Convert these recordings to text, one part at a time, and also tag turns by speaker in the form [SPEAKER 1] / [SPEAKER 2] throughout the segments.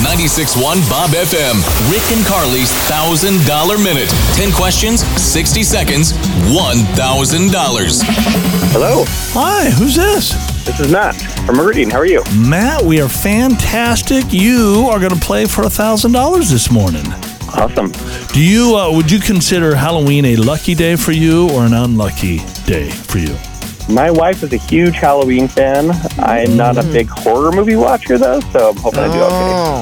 [SPEAKER 1] 96.1 Bob FM. Rick and Carly's $1,000 minute. 10 questions, 60 seconds, $1,000.
[SPEAKER 2] Hello,
[SPEAKER 3] Hi, who's this?
[SPEAKER 2] this is Matt from Meridian. How are you?
[SPEAKER 3] Matt, we are fantastic. You are going to play for $1,000 this morning.
[SPEAKER 2] Awesome.
[SPEAKER 3] Do you, uh, would you consider Halloween a lucky day for you or an unlucky day for you?
[SPEAKER 2] My wife is a huge Halloween fan. I'm not a big horror movie watcher though, so I'm hoping I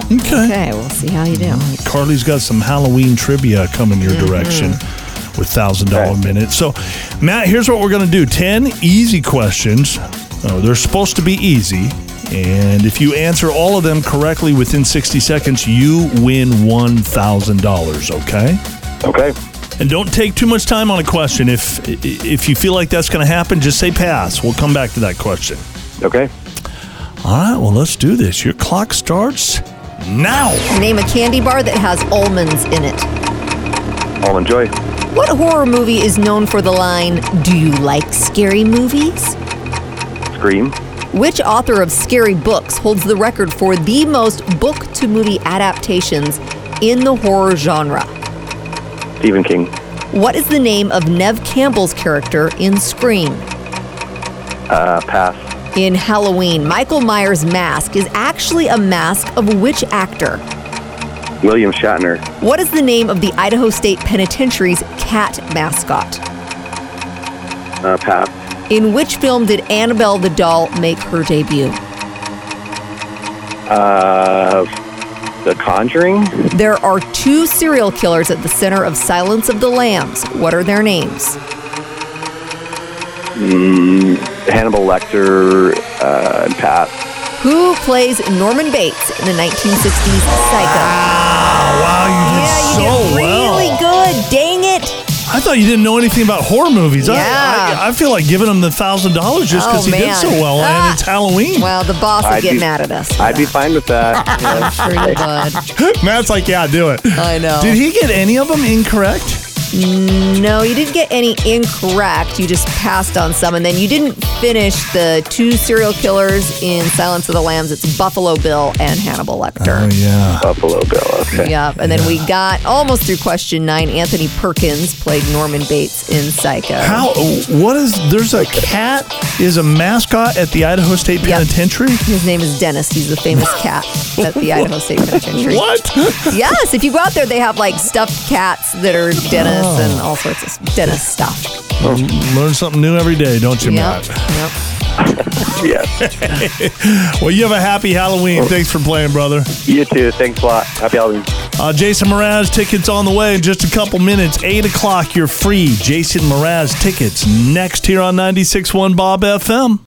[SPEAKER 2] do okay.
[SPEAKER 3] Okay.
[SPEAKER 4] Okay, we'll see how you do.
[SPEAKER 3] Carly's got some Halloween trivia coming your direction with $1,000
[SPEAKER 2] Okay.
[SPEAKER 3] minute. So, Matt, here's what we're going to do 10 easy questions. Uh, they're supposed to be easy. And if you answer all of them correctly within 60 seconds, you win $1,000, okay?
[SPEAKER 2] Okay.
[SPEAKER 3] And don't take too much time on a question. If if you feel like that's going to happen, just say pass. We'll come back to that question.
[SPEAKER 2] Okay.
[SPEAKER 3] All right, well, let's do this. Your clock starts now.
[SPEAKER 4] Name a candy bar that has almonds in it.
[SPEAKER 2] I'll enjoy.
[SPEAKER 4] What horror movie is known for the line, Do you like scary movies?
[SPEAKER 2] Scream.
[SPEAKER 4] Which author of scary books holds the record for the most book to movie adaptations in the horror genre?
[SPEAKER 2] Stephen King.
[SPEAKER 4] What is the name of Nev Campbell's character in Scream?
[SPEAKER 2] Uh, pass.
[SPEAKER 4] In Halloween, Michael Myers' mask is actually a mask of which actor?
[SPEAKER 2] William Shatner.
[SPEAKER 4] What is the name of the Idaho State Penitentiary's cat mascot?
[SPEAKER 2] Uh, pass.
[SPEAKER 4] In which film did Annabelle the doll make her debut?
[SPEAKER 2] Uh, The Conjuring.
[SPEAKER 4] There are two serial killers at the center of Silence of the Lambs. What are their names?
[SPEAKER 2] Hannibal Lecter. Uh, and pass.
[SPEAKER 4] Who plays Norman Bates in the 1960s Psycho?
[SPEAKER 3] Wow, you did
[SPEAKER 4] Yeah, you
[SPEAKER 3] so
[SPEAKER 4] did
[SPEAKER 3] well.
[SPEAKER 4] really good. Dang it.
[SPEAKER 3] I thought you didn't know anything about horror movies. I-
[SPEAKER 4] Yeah.
[SPEAKER 3] I, I, feel like giving him the thousand dollars just because
[SPEAKER 4] Oh,
[SPEAKER 3] he did
[SPEAKER 4] man.
[SPEAKER 3] so well,
[SPEAKER 4] Ah.
[SPEAKER 3] and it's Halloween.
[SPEAKER 4] Well, the boss would
[SPEAKER 2] I'd
[SPEAKER 4] get
[SPEAKER 2] be-
[SPEAKER 4] mad at us. for
[SPEAKER 2] I'd be
[SPEAKER 4] that.
[SPEAKER 2] fine with that.
[SPEAKER 4] I'm sure you would.
[SPEAKER 3] Matt's like, yeah, do it.
[SPEAKER 4] I know.
[SPEAKER 3] Did he get any of them incorrect?
[SPEAKER 4] No, you didn't get any incorrect. You just passed on some, and then you didn't finish the two serial killers in Silence of the Lambs. It's Buffalo Bill and Hannibal
[SPEAKER 3] Oh.
[SPEAKER 4] Lecter.
[SPEAKER 3] yeah.
[SPEAKER 2] Buffalo Bill. Okay.
[SPEAKER 4] Yep. And then we got almost through question nine. Anthony Perkins played Norman Bates in Psycho.
[SPEAKER 3] How? What is? There's a cat is a mascot at the Idaho State
[SPEAKER 4] Yep.
[SPEAKER 3] Penitentiary.
[SPEAKER 4] His name is Dennis. He's the famous cat at the Idaho State Penitentiary.
[SPEAKER 3] What?
[SPEAKER 4] Yes, if you go out there, they have like stuffed cats that are Dennis
[SPEAKER 3] Oh.
[SPEAKER 4] and all sorts of Dennis stuff.
[SPEAKER 3] Learn something new every day, don't you, Matt?
[SPEAKER 4] Yep. yep.
[SPEAKER 2] Yes.
[SPEAKER 3] Well, you have a happy Halloween. Thanks for playing, brother.
[SPEAKER 2] You too. Thanks a lot. Happy Halloween.
[SPEAKER 3] Uh, Jason Mraz tickets on the way in just a couple minutes. 8 o'clock, you're free. Jason Mraz tickets next here on 96.1 Bob FM.